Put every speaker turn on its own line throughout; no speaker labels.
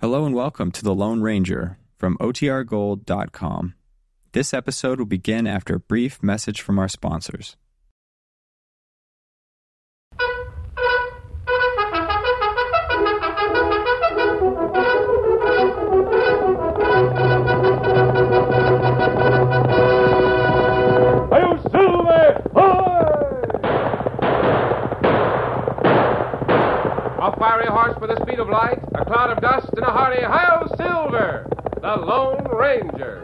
Hello and welcome to The Lone Ranger from OTRGold.com. This episode will begin after a brief message from our sponsors.
Hail Silver! Hoy! A fiery horse with the speed of light, a cloud of dust, and a hearty Hail Silver! The Lone Ranger.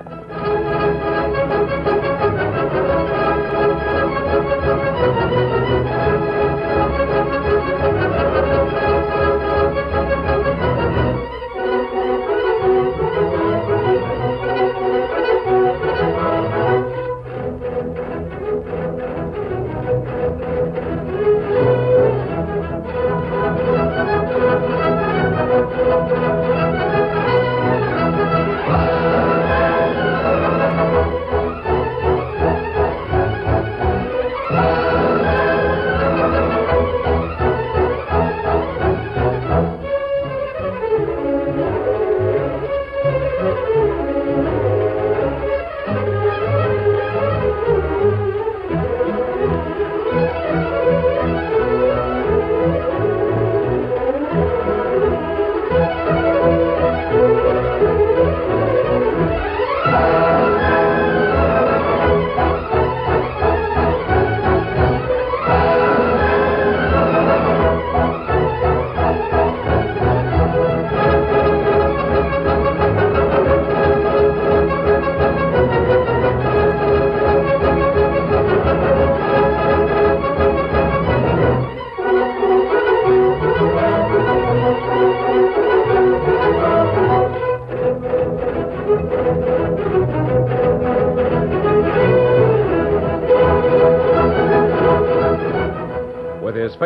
With his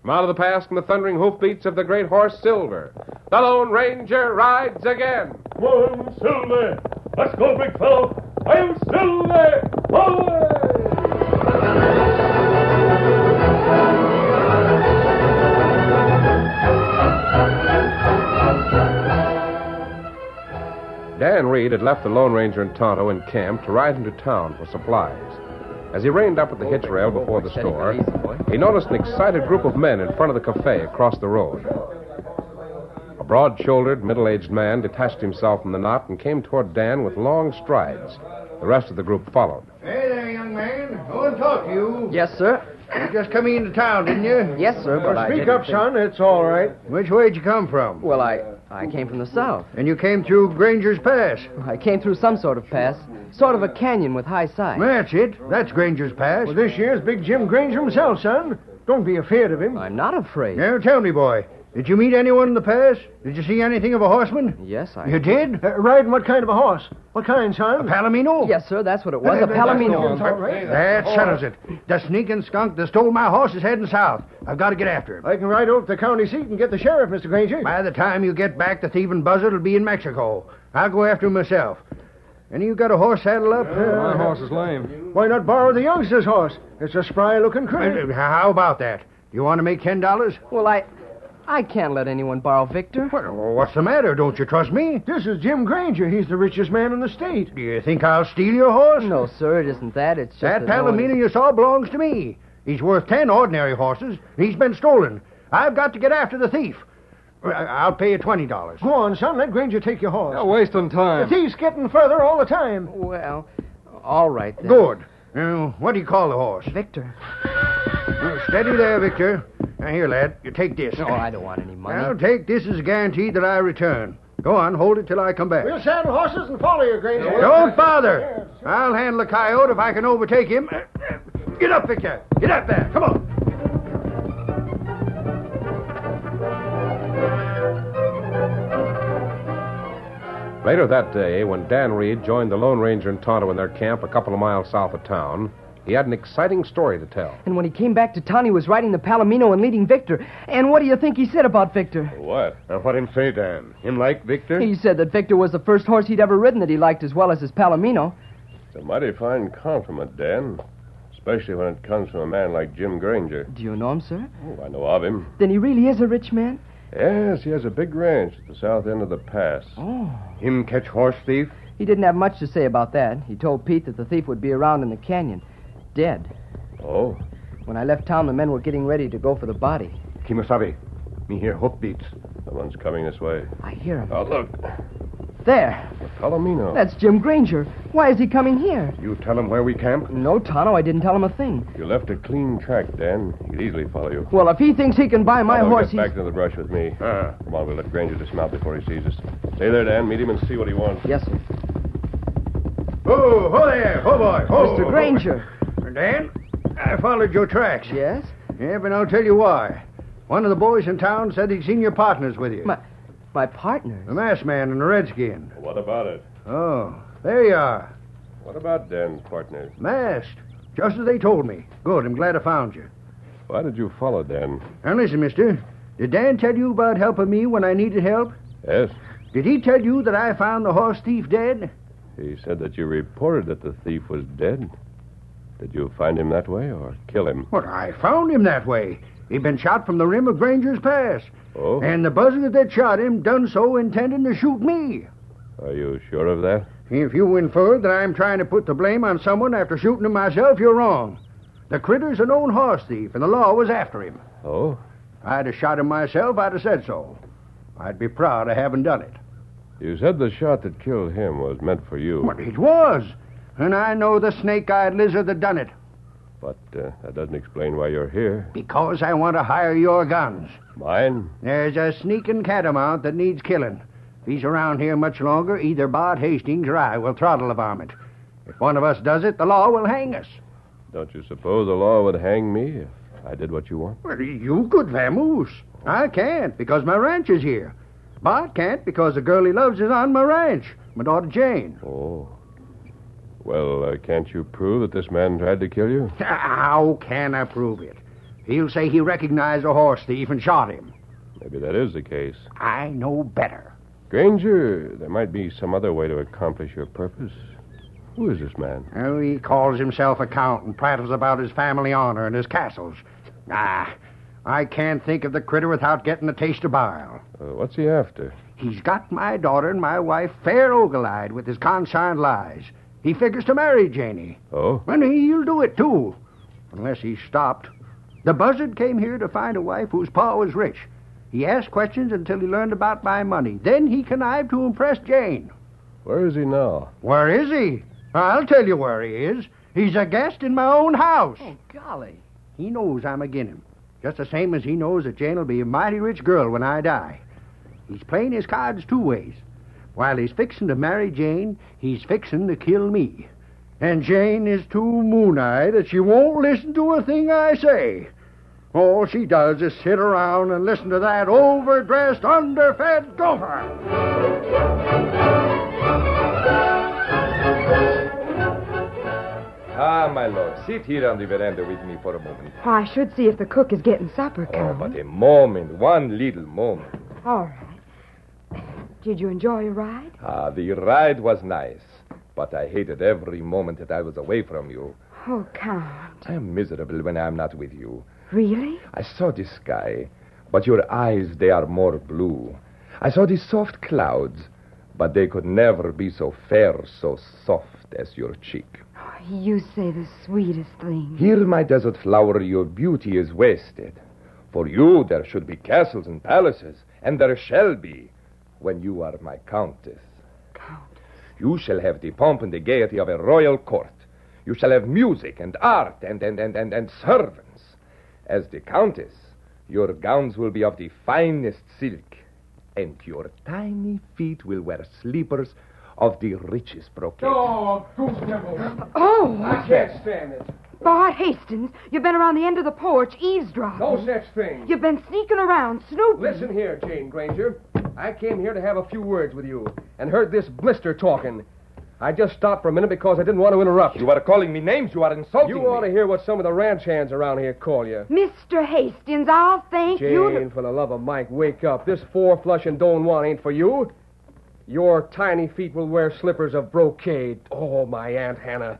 From out of the past and the thundering hoofbeats of the great horse Silver, the Lone Ranger rides again.
Come on, Silver! Let's go, big fellow! I'm Silver! Boy!
Dan Reed had left the Lone Ranger and Tonto in camp to ride into town for supplies. As he reined up at the hitch rail before the store, he noticed an excited group of men in front of the cafe across the road. A broad shouldered, middle aged man detached himself from the knot and came toward Dan with long strides. The rest of the group followed.
Hey there, young man. I want to talk to you.
Yes, sir.
You just come into town, didn't you?
Yes, sir. But I
Uh, Speak
didn't
up,
think-
son. It's all right. Which way'd you come from?
Well, I I came from the south.
And you came through Granger's Pass.
I came through some sort of pass, sort of a canyon with high sides.
That's it. That's Granger's Pass. Well, this year's Big Jim Granger himself, son. Don't be afraid of him.
I'm not afraid.
Now, tell me, boy. Did you meet anyone in the pass? Did you see anything of a horseman?
Yes, I.
You did? Uh, riding what kind of a horse? What kind, son? A palomino?
Yes, sir. That's what it was. a palomino.
That settles it. The sneaking skunk that stole my horse is heading south. I've got to get after him. I can ride over to the county seat and get the sheriff, Mr. Granger. By the time you get back, the thieving buzzard will be in Mexico. I'll go after him myself. Any you got a horse saddle up? my horse is lame. Why not borrow the youngster's horse? It's a spry-looking critter. uh, How about that? You want to make ten dollars?
Well, I I can't let anyone borrow Victor.
Well, what's the matter? Don't you trust me? This is Jim Granger. He's the richest man in the state. Do you think I'll steal your horse?
No, sir. It isn't that. It's just
That
no one-
Palomino you saw belongs to me. He's worth ten ordinary horses, and he's been stolen. I've got to get after the thief. Well, I- I'll pay you twenty dollars. Go on, son. Let Granger take your horse.
You're wasting time.
thief's getting further all the time.
Well, all right then.
Good. Uh, what do you call the horse?
Victor.
Uh, steady there, Victor. Now, here, lad. You take this.
No, I don't want any money.
I'll take this as a guarantee that I return. Go on, hold it till I come back.
saddle horses and follow you, Granger.
Don't bother. I'll handle the coyote if I can overtake him. Get up, Victor. Get up there. Come on.
Later that day, when Dan Reed joined the Lone Ranger and Tonto in their camp a couple of miles south of town,
He had an exciting story to tell.
And when he came back to town, he was riding the Palomino and leading Victor. And what do you think he said about Victor?
What? Now, what him say, Dan? Him like Victor?
He said that Victor was the first horse he'd ever ridden that he liked as well as his Palomino.
It's a mighty fine compliment, Dan. Especially when it comes from a man like Jim Granger.
Do you know him, sir?
Oh, I know of him.
Then he really is a rich man?
Yes, he has a big ranch at the south end of the pass.
Oh.
Him catch horse thief?
He didn't have much to say about that. He told Pete that the thief would be around in the canyon, dead.
Oh.
When I left town, the men were getting ready to go for the body.
Kimasabi, me hear hoof beats. Someone's coming this way.
I hear him.
Oh, look.
There.
The Palomino.
That's Jim Granger. Why is he coming here?
You tell him where we camp?
No, Tonto, I didn't tell him a thing.
You left a clean track, Dan. He could easily follow you.
Well, if he thinks he can buy my
Tonto,
horse,
Get back into the brush with me. Come on, we'll let Granger dismount before he sees us. Stay there, Dan. Meet him and see what he wants.
he's... Yes, sir.
Oh, ho there. Ho, boy. Ho.
Mr. Granger.
Dan, I followed your tracks.
Yes?
Yeah, but I'll tell you why. One of the boys in town said he'd seen your partners with you.
My, my partner.
The masked man and the redskin.
What about it?
Oh, there you are.
What about Dan's partner?
Masked. Just as they told me. Good. I'm glad I found you.
Why did you follow Dan?
Now, listen, mister. Did Dan tell you about helping me when I needed help?
Yes.
Did he tell you that I found the horse thief dead?
He said that you reported that the thief was dead. Did you find him that way or kill him?
Well, I found him that way. He'd been shot from the rim of Granger's Pass.
Oh?
And the buzzard that shot him done so intending to shoot me.
Are you sure of that?
If you infer that I'm trying to put the blame on someone after shooting him myself, you're wrong. The critter's an old horse thief, and the law was after him.
Oh?
If I'd have shot him myself, I'd have said so. I'd be proud I haven't done it.
You said the shot that killed him was meant for you.
But it was. And I know the snake eyed lizard that done it,
But uh, that doesn't explain why you're here.
because I want to hire your guns.
Mine?
There's a sneaking catamount that needs killing. If he's around here much longer, either Bart Hastings or I will throttle the varmint. If one of us does it, the law will hang us.
Don't you suppose the law would hang me if I did what you want?
Well, you could, Vamoose. I can't because my ranch is here. Bart can't because the girl he loves is on my ranch, my daughter Jane.
Oh. Well, uh, can't you prove that this man tried to kill you?
How can I prove it? He'll say he recognized a horse thief and shot him.
Maybe that is the case.
I know better.
Granger, there might be some other way to accomplish your purpose. Who is this man?
Oh, he calls himself a count and prattles about his family honor and his castles. Ah, I can't think of the critter without getting a taste of bile.
Uh, what's he after?
He's got my daughter and my wife fair ogillied with his consigned lies. He figures to marry Janie.
Oh?
And he'll do it, too. Unless he's stopped. The buzzard came here to find a wife whose pa was rich. He asked questions until he learned about my money. Then he connived to impress Jane.
Where is he now?
Where is he? I'll tell you where he is. He's a guest in my own house.
Oh, golly.
He knows I'm agin him. Just the same as he knows that Jane'll be a mighty rich girl when I die. He's playing his cards two ways. While he's fixin' to marry Jane, he's fixin' to kill me. And Jane is too moon-eyed that she won't listen to a thing I say. All she does is sit around and listen to that overdressed, underfed gopher.
Ah, my lord, sit here on the veranda with me for a moment.
I should see if the cook is getting supper,
Oh,
Uh-huh.
Count.
but a moment, one little moment.
All right. Did you enjoy your ride?
Ah, the ride was nice, but I hated every moment that I was away from you.
Oh, Count.
I am miserable when I am not with you.
Really?
I saw the sky, but your eyes, they are more blue. I saw the soft clouds, but they could never be so fair, so soft as your cheek.
You say the sweetest thing.
Here, my desert flower, your beauty is wasted. For you, there should be castles and palaces, and there shall be when you are my countess.
Count.
You shall have the pomp and the gaiety of a royal court. You shall have music and art and, and, and, and, and servants. As the countess, your gowns will be of the finest silk, and your tiny feet will wear slippers of the richest brocade.
Oh, goose devil.
Oh,
I can't stand it.
Bart Hastings, you've been around the end of the porch eavesdropping.
No such thing.
You've been sneaking around, snooping.
Listen here, Jane Granger. I came here to have a few words with you and heard this blister talking.
I just stopped for a minute because I didn't want to interrupt.
You are calling me names. You are insulting
You
me.
ought to hear what some of the ranch hands around here call you.
Mr. Hastings, I'll thank you. to-
Jane, for the love of Mike, wake up. This four flush and Don Juan ain't for you. Your tiny feet will wear slippers of brocade. Oh, my Aunt Hannah.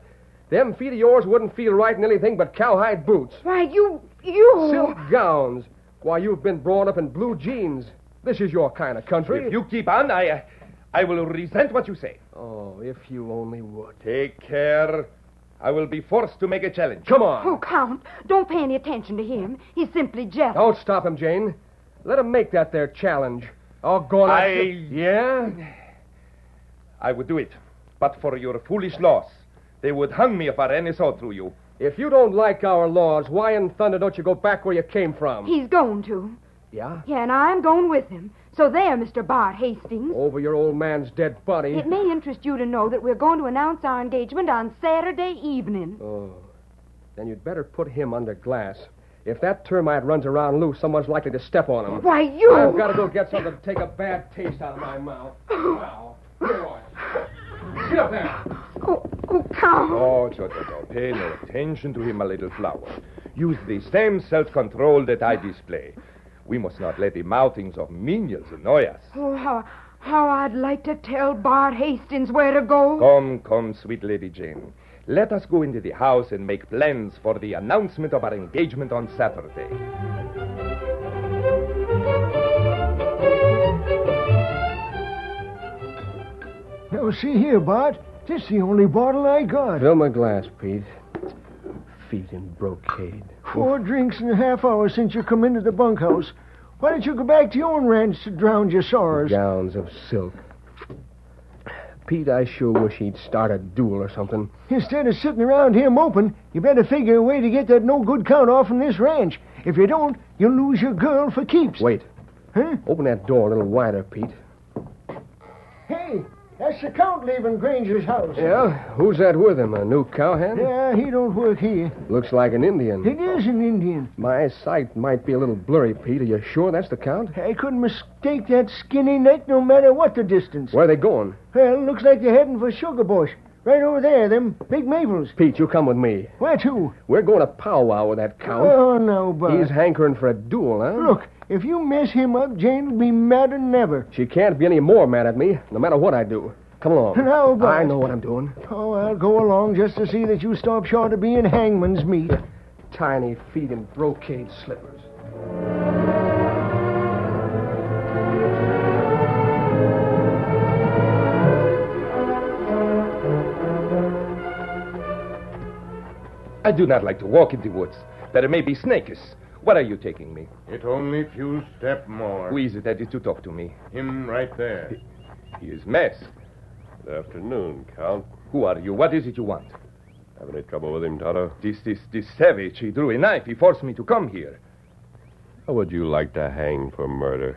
Them feet of yours wouldn't feel right in anything but cowhide boots.
Why, you.
Oh.
You.
Silk gowns. Why, you've been brought up in blue jeans. This is your kind of country.
If you keep on, I, uh, I will resent what you say.
Oh, if you only would.
Take care. I will be forced to make a challenge.
Come on.
Oh, Count, don't pay any attention to him. He's simply jealous.
Don't stop him, Jane. Let him make that there challenge. Oh, All going
I-
Yeah?
I would do it, but for your foolish laws. They would hang me if I ran a saw through you.
If you don't like our laws, why in thunder don't you go back where you came from?
He's going to.
Yeah?
Yeah, and I'm going with him. So there, Mr. Bart Hastings.
Over your old man's dead body.
It may interest you to know that we're going to announce our engagement on Saturday evening.
Oh. Then you'd better put him under glass. If that termite runs around loose, someone's likely to step on him.
Why, you.
I've got to go get something to take a bad taste out of my mouth. Now, here I am. Get up there.
Oh, oh, Count.
Oh, Joe, Joe, Joe, pay no attention to him, my little flower. Use the same self control that I display. We must not let the mouthings of menials annoy us.
Oh, how, how I'd like to tell Bart Hastings where to go.
Come, come, sweet Lady Jane. Let us go into the house and make plans for the announcement of our engagement on Saturday.
Now, see here, Bart. This is the only bottle I got.
Fill my glass, Pete. Feet in brocade.
Four drinks in a half hour since you come into the bunkhouse. Why don't you go back to your own ranch to drown your sorrows?
Gowns of silk. Pete, I sure wish he'd start a duel or something.
Instead of sitting around here moping, you better figure a way to get that no-good count off from this ranch. If you don't, you'll lose your girl for keeps.
Wait.
Huh?
Open that door a little wider, Pete.
Hey, that's the count leaving Granger's house.
Yeah? Who's that with him? A new cowhand?
Yeah, he don't work here.
Looks like an Indian.
It is an Indian.
My sight might be a little blurry, Pete. Are you sure that's the count?
I couldn't mistake that skinny neck no matter what the distance.
Where are they going?
Well, looks like they're heading for Sugar Bush. Right over there, them big maples.
Pete, you come with me.
Where to?
We're going to powwow with that count.
Oh, no, Bart.
He's hankering for a duel, huh?
Look, if you mess him up, Jane will be madder than ever.
She can't be any more mad at me, no matter what I do. Come along.
No, but-
I know what I'm doing.
Oh, I'll go along just to see that you stop short of being hangman's meat.
Tiny feet in brocade slippers.
I do not like to walk in the woods. There may be snakes. Where are you taking me?
It only few step more.
Who is it that is to talk to me?
Him right there.
He is masked.
Good afternoon, Count.
Who are you? What is it you want?
Have any trouble with him, Toto?
This, this, this savage. He drew a knife. He forced me to come here.
How would you like to hang for murder,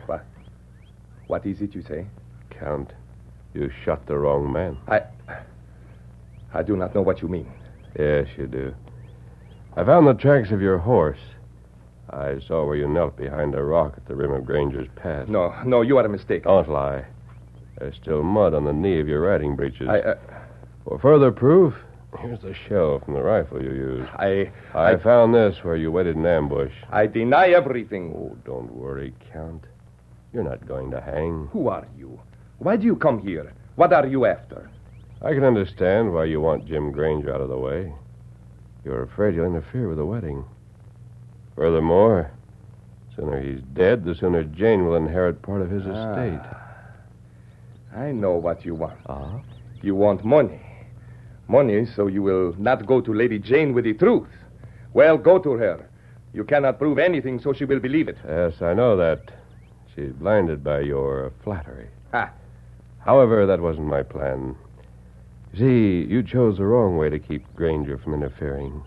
What is it you say?
Count? You shot the wrong man.
I, I do not know what you mean.
Yes, you do. I found the tracks of your horse. I saw where you knelt behind a rock at the rim of Granger's Pass.
No, no, you are a mistake.
Don't Oh, lie. There's still mud on the knee of your riding breeches.
I, uh,
For further proof, here's the shell from the rifle you used.
I,
I,
I-
found this where you waited in ambush.
I deny everything.
Oh, don't worry, Count. You're not going to hang.
Who are you? Why do you come here? What are you after?
I can understand why you want Jim Granger out of the way. You're afraid he'll interfere with the wedding. Furthermore, sooner he's dead, the sooner Jane will inherit part of his estate.
I know what you want.
Ah?
You want money. Money so you will not go to Lady Jane with the truth. Well, go to her. You cannot prove anything, so she will believe it.
Yes, I know that. She's blinded by your flattery.
Ah.
However, that wasn't my plan. You See, you chose the wrong way to keep Granger from interfering.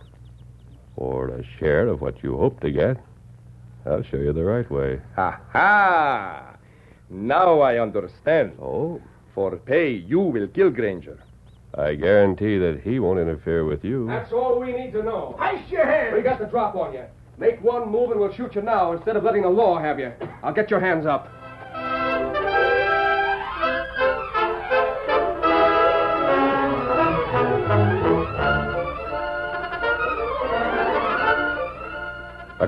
Or a share of what you hoped to get. I'll show you the right way.
Ha ha! Now I understand.
Oh?
For pay, you will kill Granger.
I guarantee that he won't interfere with you.
That's all we need to know. Ice your hands! We got the drop on you. Make one move and we'll shoot you now instead of letting the law have you. I'll get your hands up.
The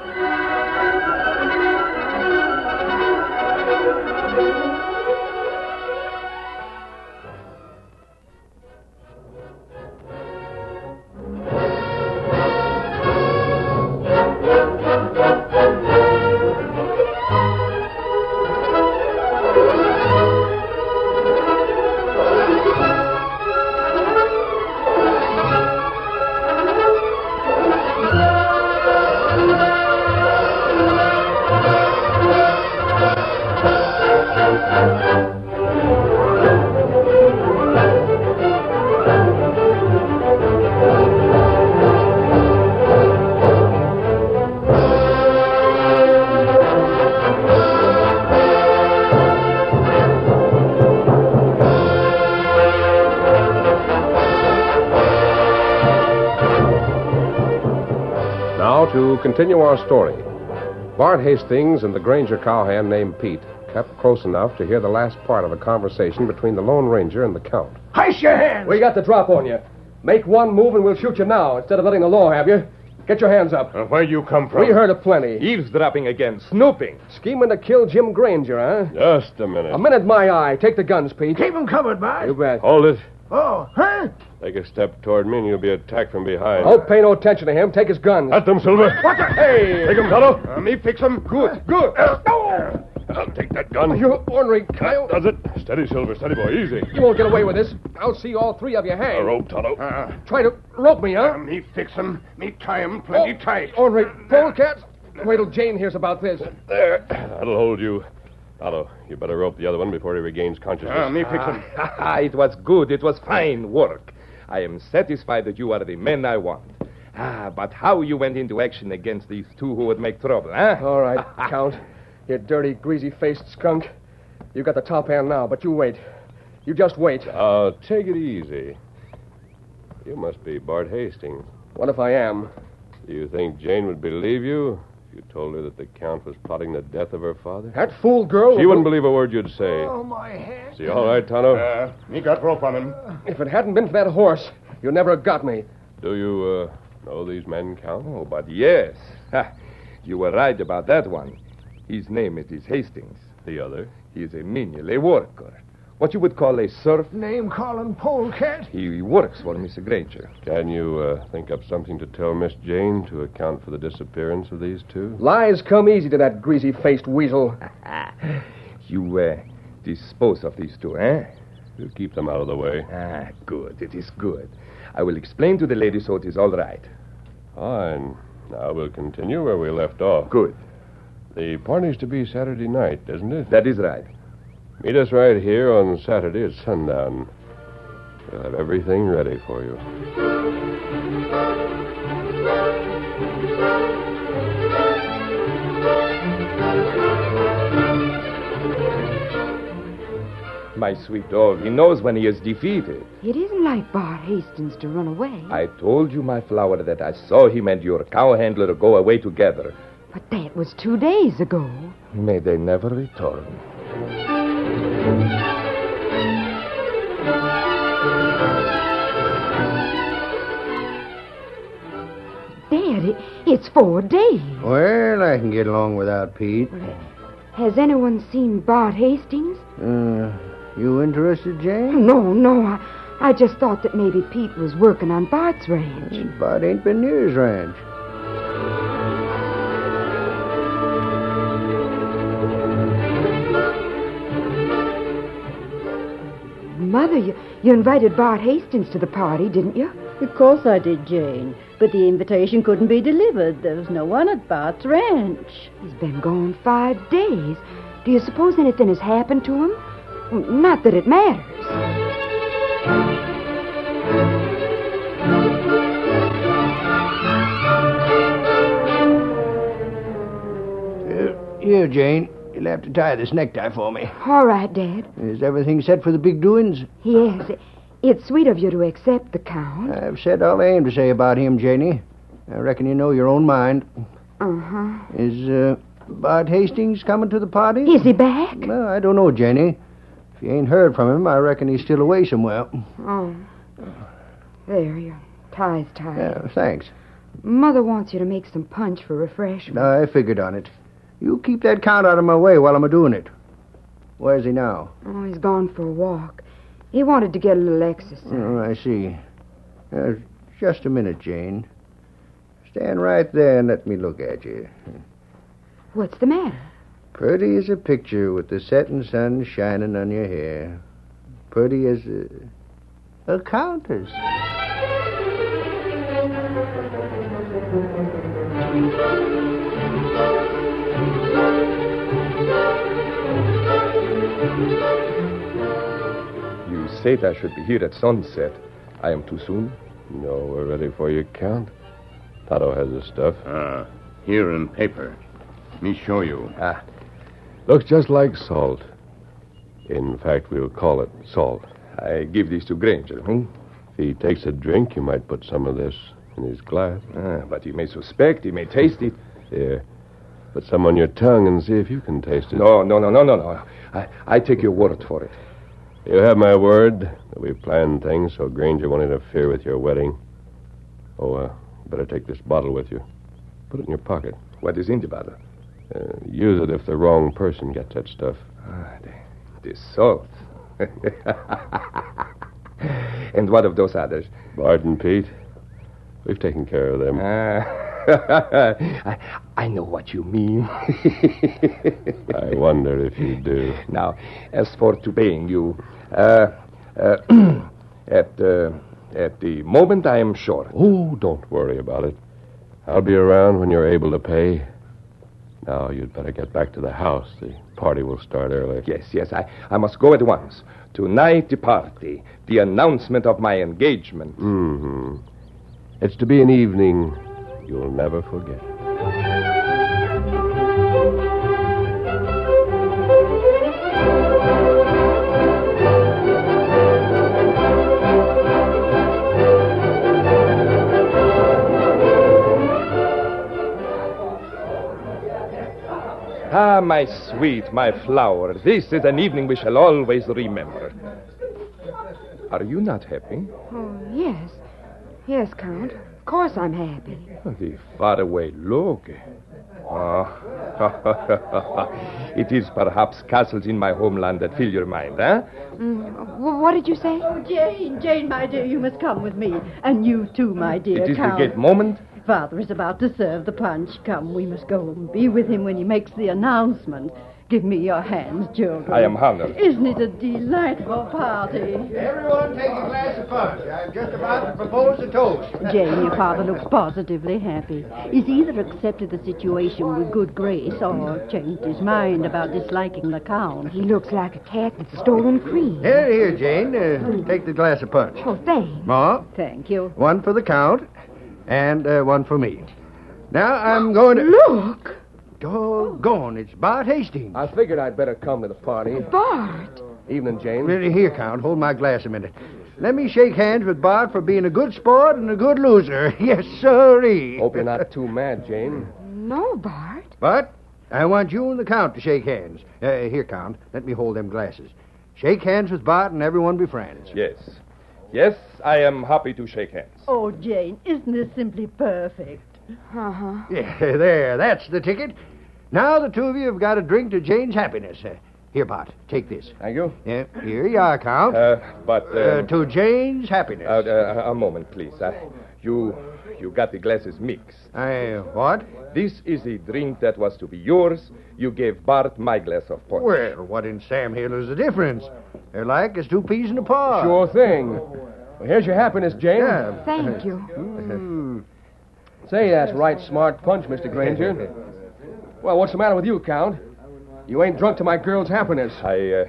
Now to continue our story. Bart Hastings and the Granger cowhand named Pete kept close enough to hear the last part of a conversation between the Lone Ranger and the Count.
Heist your hands!
We got the drop on you. Make one move and we'll shoot you now instead of letting the law have you. Get your hands up.
Where'd you come
we heard of plenty.
Eavesdropping again, snooping.
Scheming to kill Jim Granger, huh?
Just a minute.
A minute, my eye. Take the guns, Pete.
Keep 'em covered, Bart.
You bet.
Hold it.
Oh, huh?
Take a step toward me and you'll be attacked from behind.
Don't pay no attention to him. Take his guns.
At them, Silver.
What the? Hey!
Take 'em, Tonto. Uh, me fix 'em.
Good, good.
Oh! I'll take that gun.
You ornery coyote.
Does it? Steady, Silver. Steady, boy. Easy.
You won't get away with this. I'll see all three of you hang.
Uh,
A rope, Tonto.
Try to rope me, huh? Oh,
Me fix 'em. Me tie 'em plenty tight.
Ornery polecats. Wait till Jane hears about this.
There. That'll hold you. Tonto, you better rope the other one before he regains consciousness.
Ah, it was good. It was fine work. I am satisfied that you are the men I want. Ah, but how you went into action against these two who would make trouble, huh?
Uh,
All right, Count. You dirty, greasy faced skunk. You got the top hand now, but you wait. You just wait.
Uh, take it easy. You must be Bart Hastings.
What if I am?
Do you think Jane would believe you if you told her that the Count was plotting the death of her father?
That fool girl.
She wouldn't believe a word you'd say.
Oh,
my head.
Is he all right, Tonto?
me Uh, got rope on him.
If it hadn't been for that horse, you never have got me.
Do you uh, know these men, Count?
Oh, but yes. Ha, you were right about that one. His name it is Hastings.
The other?
He is a menial, a worker. What you would call a serf.
Name calling polecat.
He works for Mr. Granger.
Can you uh, think up something to tell Miss Jane to account for the disappearance of these two?
Lies come easy to that greasy faced weasel.
You uh, dispose of these two, eh?
You keep them out of the way.
Ah, good. It is good. I will explain to the lady so it is all right.
Fine. Now we'll continue where we left off.
Good.
The party's to be Saturday night, isn't it?
That is right.
Meet us right here on Saturday at sundown. We'll have everything ready for you.
My sweet dog, he knows when he is defeated.
It isn't like Bart Hastings to run away,
I told you, my flower, that I saw him and your cow handler go away together.
but that was two days ago.
May they never return.
Dad, it, it's four days.
Well, I can get along without Pete.
Has anyone seen Bart Hastings?
Uh, you interested, Jane?
No, no. I, I just thought that maybe Pete was working on Bart's ranch.
Bart ain't been near his ranch.
Mother, you, you invited Bart Hastings to the party, didn't you?
Of course I did, Jane. But the invitation couldn't be delivered. There was no one at Bart's ranch.
He's been gone five days. Do you suppose anything has happened to him? N- Not that it matters.
Here, Jane. You'll have to tie this necktie for me.
All right, Dad.
Is everything set for the big doings?
Yes, it- it's sweet of you to accept the count.
I've said all I aim to say about him, Janie. I reckon you know your own mind.
Uh huh.
Is uh, Bart Hastings coming to the party?
Is he back?
Well, I don't know, Janie. If you ain't heard from him, I reckon he's still away somewhere.
Oh. There, your tie's tied.
Yeah, thanks.
Mother wants you to make some punch for refreshment.
I figured on it. You keep that count out of my way while I'm a-doing it. Where's he now?
Oh, he's gone for a walk. He wanted to get a little exercise.
Oh, I see. Uh, just a minute, Jane. Stand right there and let me look at you.
What's the matter?
Pretty as a picture with the setting sun shining on your hair. Pretty as a, a countess.
You said I should be here at sunset. I am too soon.
No, we're ready for you, Count. Toto has the stuff. Ah,
Uh, Here in paper. Me show you.
Ah.
Looks just like salt. In fact, we'll call it salt.
I give these to Granger. Hmm?
If he takes a drink, you might put some of this in his glass.
Ah, but he may suspect. He may taste it.
Here. Put some on your tongue and see if you can taste it.
No, no, no, no, no, no. I, I take your word for it.
You have my word that we planned things so Granger won't interfere with your wedding. Oh, uh, you better take this bottle with you. Put it in your pocket.
What is in the bottle?
Uh, use it if the wrong person gets that stuff.
Ah, the, the salt. and what of those others?
Bart and Pete, we've taken care of them.
Ah. I, I know what you mean.
I wonder if you do.
Now, as for to paying you, uh, uh, at, uh, at the moment I am short.
Oh, don't worry about it. I'll be around when you're able to pay. Now, you'd better get back to the house. The party will start early.
Yes, yes, I, I must go at once. Tonight, the party, the announcement of my engagement.
Mm-hmm. It's to be an evening you'll never forget.
Ah, my sweet, my flower, this is an evening we shall always remember. Are you not happy?
Oh, yes. Yes, Count. Of course I'm happy.
The faraway look. Ah, it is perhaps castles in my homeland that fill your mind, eh?
Mm, wh- what did you say?
Oh, Jane, Jane, my dear, you must come with me. And you too, my dear.
it is
Count.
the great moment.
Father is about to serve the punch. Come, we must go and be with him when he makes the announcement. Give me your hands, children.
I am honored.
Isn't it a delightful party?
Everyone take a glass of punch. I'm just about to propose a toast.
Jane, your father looks positively happy. He's either accepted the situation with good grace or changed his mind about disliking the count.
He looks like a cat that's stolen cream.
Here, here, Jane. Uh, take the glass of punch.
Oh, thanks.
Ma,
Thank you.
one for the count, and uh, one for me. Now I'm going to.
Look!
Doggone, it's Bart Hastings.
I figured I'd better come to the party.
Bart!
Evening, Jane.
Really, here, Count. Hold my glass a minute. Let me shake hands with Bart for being a good sport and a good loser. Yes, sirree.
Hope you're not too mad, Jane.
No, Bart.
But I want you and the Count to shake hands. Uh, here, Count. Let me hold them glasses. Shake hands with Bart and everyone be friends.
Yes. Yes, I am happy to shake hands.
Oh, Jane, isn't this simply perfect?
Uh huh.
Yeah, there. That's the ticket. Now the two of you have got a drink to Jane's happiness. Uh, here, Bart. Take this.
Thank you.
Yeah, here you are, Count.
Uh, but.
Uh,
um,
to Jane's happiness.
Uh, uh, a moment, please. Uh, you, you got the glasses mixed.
I what?
This is the drink that was to be yours. You gave Bart my glass of punch.
Well, what in Sam Hill is the difference? They're like as two peas in a pod.
Sure thing. Well, here's your happiness, Jane.
uh, Yeah.
Thank you.
Say, that's right smart punch, Mr. Granger. Well, what's the matter with you, Count? You ain't drunk to my girl's happiness.
I, uh,